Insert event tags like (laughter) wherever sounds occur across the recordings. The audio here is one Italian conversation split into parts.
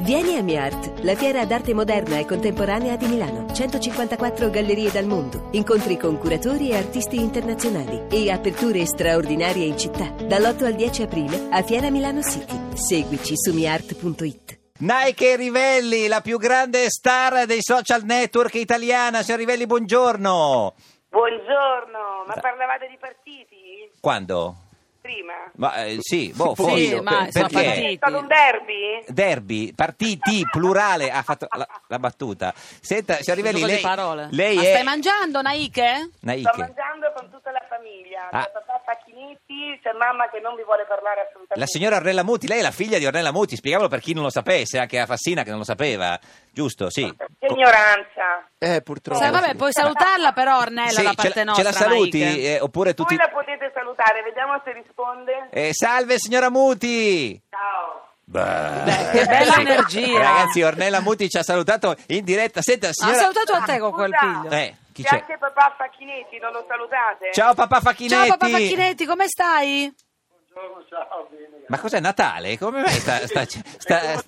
Vieni a MiArt, la fiera d'arte moderna e contemporanea di Milano. 154 gallerie dal mondo, incontri con curatori e artisti internazionali e aperture straordinarie in città. Dall'8 al 10 aprile a Fiera Milano City. Seguici su miart.it. Nike Rivelli, la più grande star dei social network italiana. Signor Rivelli, buongiorno. Buongiorno, ma parlavate di partiti Quando? prima? Ma eh, sì, boh, Sì, forse. ma Per- sono perché? partiti. È stato un derby? Derby, partiti, plurale, ha fatto la, la battuta. Senta, signor Rivelli, Gioco di lei, parole. lei Ma è... stai mangiando, Naike? Naike. Sto mangiando con tutta la famiglia, Ah. c'è papà Facchinetti, c'è mamma che non vi vuole parlare assolutamente. La signora Ornella Muti, lei è la figlia di Ornella Muti, spiegamolo per chi non lo sapesse, anche a Fassina che non lo sapeva, giusto? Sì. Che ignoranza. Eh, purtroppo. Sai, Cioè, vabbè, puoi salutarla però, Ornella, Sì, da ce parte la- nostra. Ce la saluti? Naike. eh, oppure (laughs) tutti... Voi la potete salutare, vediamo se risponde. Eh, salve signora Muti! Ciao. Beh, che bella Sì. energia. Ragazzi, Ornella Muti ci ha salutato in diretta. Senta, Ha signora... salutato a te con quel Ah, Scusa. piglio. Eh, chi C'è c'è? anche papà Facchinetti, non lo salutate? Ciao papà Facchinetti! Ciao papà Pacchinetti, come stai? Ma cos'è Natale? Come mai sta... sta, sta- eh,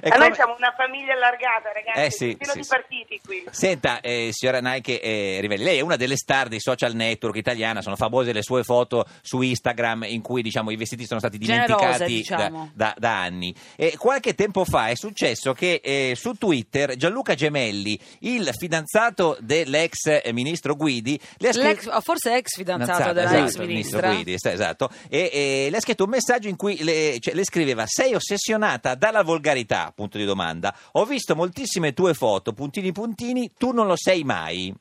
è Ma Eh, noi come- Eh, siamo una famiglia allargata, ragazzi, Eh, sì, è pieno sì, di sì. partiti qui. Senta, eh, signora Nike eh, Rivelli, lei è una delle star dei social network italiana, sono famose le sue foto su Instagram in cui diciamo, i vestiti sono stati Generose, dimenticati diciamo. da, da- da anni. E qualche tempo fa è successo che eh, su Twitter Gianluca Gemelli, il fidanzato dell'ex eh, ministro Guidi, le ha scritto- L'ex- oh, forse ex fidanzato Fidanzato, della esatto, ex il ministra. ministro Guidi, sta- esatto. E, e le ha scritto un messaggio in cui le, cioè, le scriveva: Sei ossessionata dalla volgarità? Punto di domanda. Ho visto moltissime tue foto, puntini puntini, tu non lo sei mai.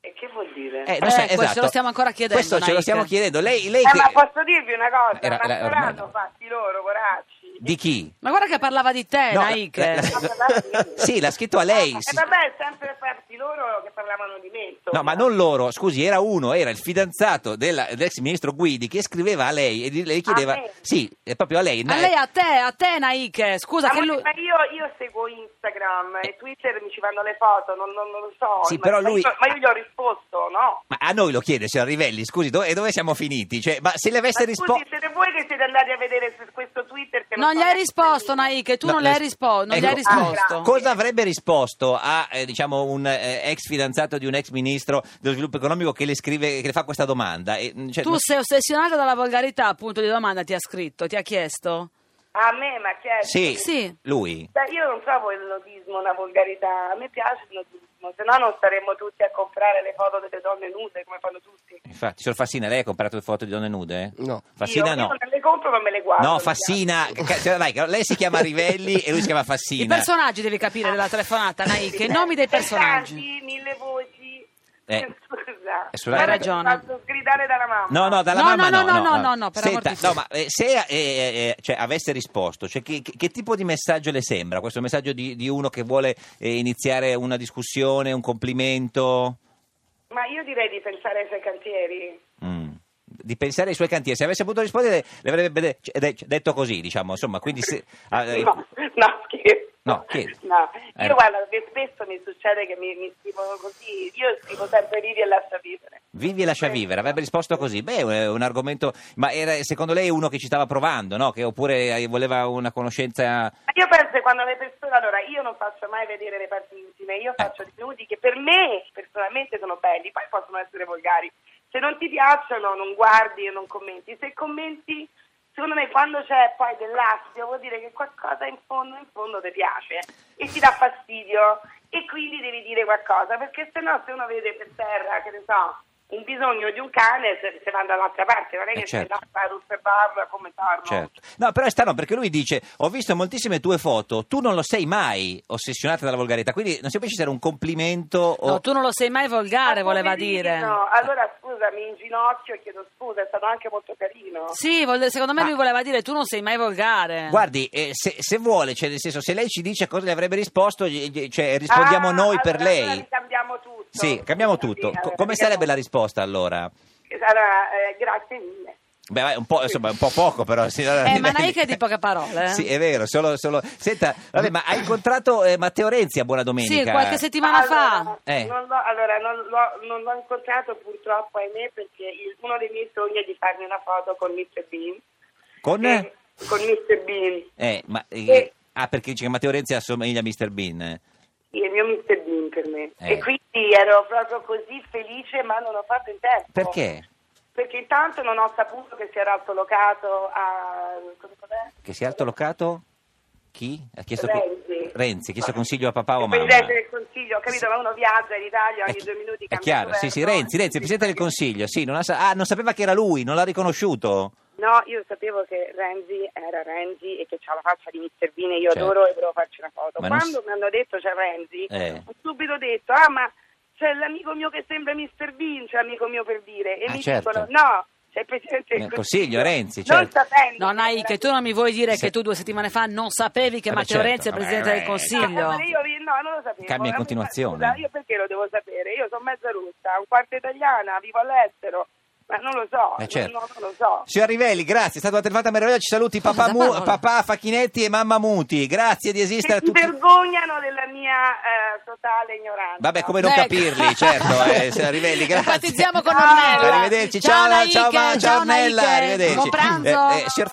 E che vuol dire? Eh, Eh, non so, questo esatto. lo stiamo ancora chiedendo, Questo ce lo Nike. stiamo chiedendo. Lei, lei che- ma posso dirvi una cosa? Era- ma era- saranno ormai- fatti loro, poracci. di chi? Ma guarda che parlava di te, No, Naike. la- la- Sì, l'ha scritto a lei. E sì. Eh, vabbè, sempre parti loro che parlavano di me. insomma. No, ma non loro, scusi, era uno, era il fidanzato della- dell'ex ministro Guidi che scriveva a lei e di- le chiedeva... me? Sì, è proprio a lei. A lei, a te, a te, Naike. Scusa, Ma che lui... ma io, io seguo Instagram e Twitter mi ci vanno le foto, non, non- non lo so. Sì, ma, però ma lui- io, ma io gli ho risposto, no? Ma a noi lo chiede, signor Rivelli, scusi, dove, e dove siamo finiti? Cioè, ma se le avesse Ma scusi, risposto... siete voi che siete andati a vedere su questo Twitter che Non so gli hai neanche risposto, se- Naike. Tu non le hai risposto. Non gli hai ecco. Ah, risposto. grazie. eh, Cosa avrebbe risposto a eh, diciamo, un eh, ex fidanzato di un ex ministro dello sviluppo economico che le scrive, che le fa questa domanda? E, mm, cioè, Tu non- sei ossessionata dalla volgarità, punto di domanda ti ha scritto, ti ha chiesto. A me, ma che è? Sì, Sì. lui. Beh, Io non trovo il nudismo una volgarità, a me piace il nudismo, se no non staremmo tutti a comprare le foto delle donne nude come fanno tutti. Infatti, signor Fassina, lei ha comprato le foto di donne nude? No. Fassina io, io no. non le compro ma me le guardo. No, mi Fassina, ca- signora Nike, lei si chiama Rivelli e lui si chiama I Fassina. personaggi devi capire della telefonata, Naike. I piace. nomi dei Sei personaggi. tanti, mille voci. Eh. (laughs) Scusa. Eh, sulla- Guarda Hai che ragione. mi Faccio sgridare dalla mamma. No, no, dalla No, mamma no, no. no, no, no, no, per Senta, amor di no, Dio. ma eh, se eh, eh, eh, cioè, avesse risposto, cioè, che, che- che tipo di messaggio le sembra? Questo messaggio di, di uno che vuole eh, iniziare una discussione, un complimento? Ma io direi di pensare ai suoi cantieri. Mm. Di pensare ai suoi cantieri. Se avesse potuto rispondere, le avrebbe de- cioè, de- cioè, detto così, diciamo. Insomma, quindi se- ah, eh, No, (laughs) no, scherzo. No, chiedi. No, Eh. Io guarda, perché spesso mi succede che mi, mi scrivono così, io scrivo sempre vivi e lascia vivere. Vivi e lascia vivere, avrebbe risposto così. Beh, è un argomento. Ma era secondo lei uno che ci stava provando, no? Che oppure eh, voleva una conoscenza. Ma Io penso che quando le persone, allora io non faccio mai vedere le parti intime, Eh. io faccio dei nudi che per me personalmente sono belli, poi possono essere volgari. Se non ti piacciono non guardi e non commenti, se commenti secondo me quando c'è poi dell'astio vuol dire che qualcosa in fondo in fondo ti piace e ti dà fastidio e quindi devi dire qualcosa perché se no se uno vede per terra che ne so un bisogno di un cane se, se va dall'altra parte non è Eh, che certo. se no fa ruppe e barra come torno Certo. No, però è strano perché lui dice: Ho visto moltissime tue foto, tu non lo sei mai ossessionata dalla volgarità. Quindi non si capisce se era un complimento o. No, tu non lo sei mai volgare, Ah, voleva poverino. dire. Allora scusa, mi inginocchio e chiedo scusa, è stato anche molto carino. Sì, vol- secondo me Ma- lui voleva dire tu non sei mai volgare. Guardi, eh, se, se vuole, cioè, nel senso, se lei ci dice cosa le avrebbe risposto, gli- gli- cioè, rispondiamo Ah, noi per allora, lei. allora cambiamo tutto. Sì, cambiamo Sì, tutto. Co- allora, come cambiamo- sarebbe la risposta allora? Allora, eh, grazie mille. Beh, vai, un po', insomma, un po' poco però. signora Eh, ma Rivelli. Naike è di poche parole, eh. Sì, è vero, solo... solo- Senta, vabbè, ma hai incontrato eh, Matteo Renzi a Buona Domenica? Sì, qualche settimana fa. Allora, Eh. non l'ho, allora, non l'ho- non l'ho incontrato purtroppo, ahimè, perché il- uno dei miei sogni è di farmi una foto con Mr. Bean. Con... E- con Mr. Bean. Eh, ma... eh, E, Ah, perché dice che Matteo Renzi assomiglia a Mr. Bean. Sì, è il mio Mr. Bean per me. Eh. E quindi ero proprio così felice, ma non ho fatto in tempo. Perché? Perché intanto non ho saputo che si era altolocato a... come com'è? Che si è altolocato? Chi? Ha chiesto Renzi. Renzi, ha chiesto consiglio a papà o Il mamma? Presidente del Consiglio, ho capito, ma uno viaggia in Italia È ogni chi- due minuti È cambia chiaro, sì, governo. eh, sì, Renzi, Renzi, il Presidente del Consiglio, sì, non, ha sa- ah, non sapeva che era lui, non l'ha riconosciuto. No, io sapevo che Renzi era Renzi e che c'ha la faccia di Mr. Bean e io Certo. adoro e volevo farci una foto. Ma non Quando s- mi hanno detto c'è Renzi, Eh. ho subito detto, ah ma c'è l'amico mio che sembra Mr. Bean, c'è amico mio per dire. E Ah, mi certo. dicono, no, c'è il Presidente del Nel Consiglio, Renzi, Non certo. sapendo. No, che Nai, era- che tu non mi vuoi dire Se- che tu due settimane fa non sapevi che Vabbè, Matteo certo, Renzi è vabbè, Presidente del eh, Consiglio. No, ma io vi- no, non lo sapevo. Cambia in Ma- continuazione. scusa, io perché lo devo sapere? Io sono mezza russa, un quarto italiana, vivo all'estero, ma non lo so, Eh, certo. non, non lo so. Signor Rivelli, grazie, è stata una telefonata meravigliosa, ci saluti papà, Cosa, Mu- Paola? papà Facchinetti e mamma Muti, grazie di Che esistere a si tutti. vergognano della mia eh, totale ignoranza. Vabbè, come non Ecco. capirli, certo, (laughs) eh, signor Rivelli, grazie. Empatizziamo con Ciao. Ornella. Arrivederci, ciao, ciao, Naike, ciao, ciao, Naike. Ornella, arrivederci. Buon pranzo. Eh, eh, signor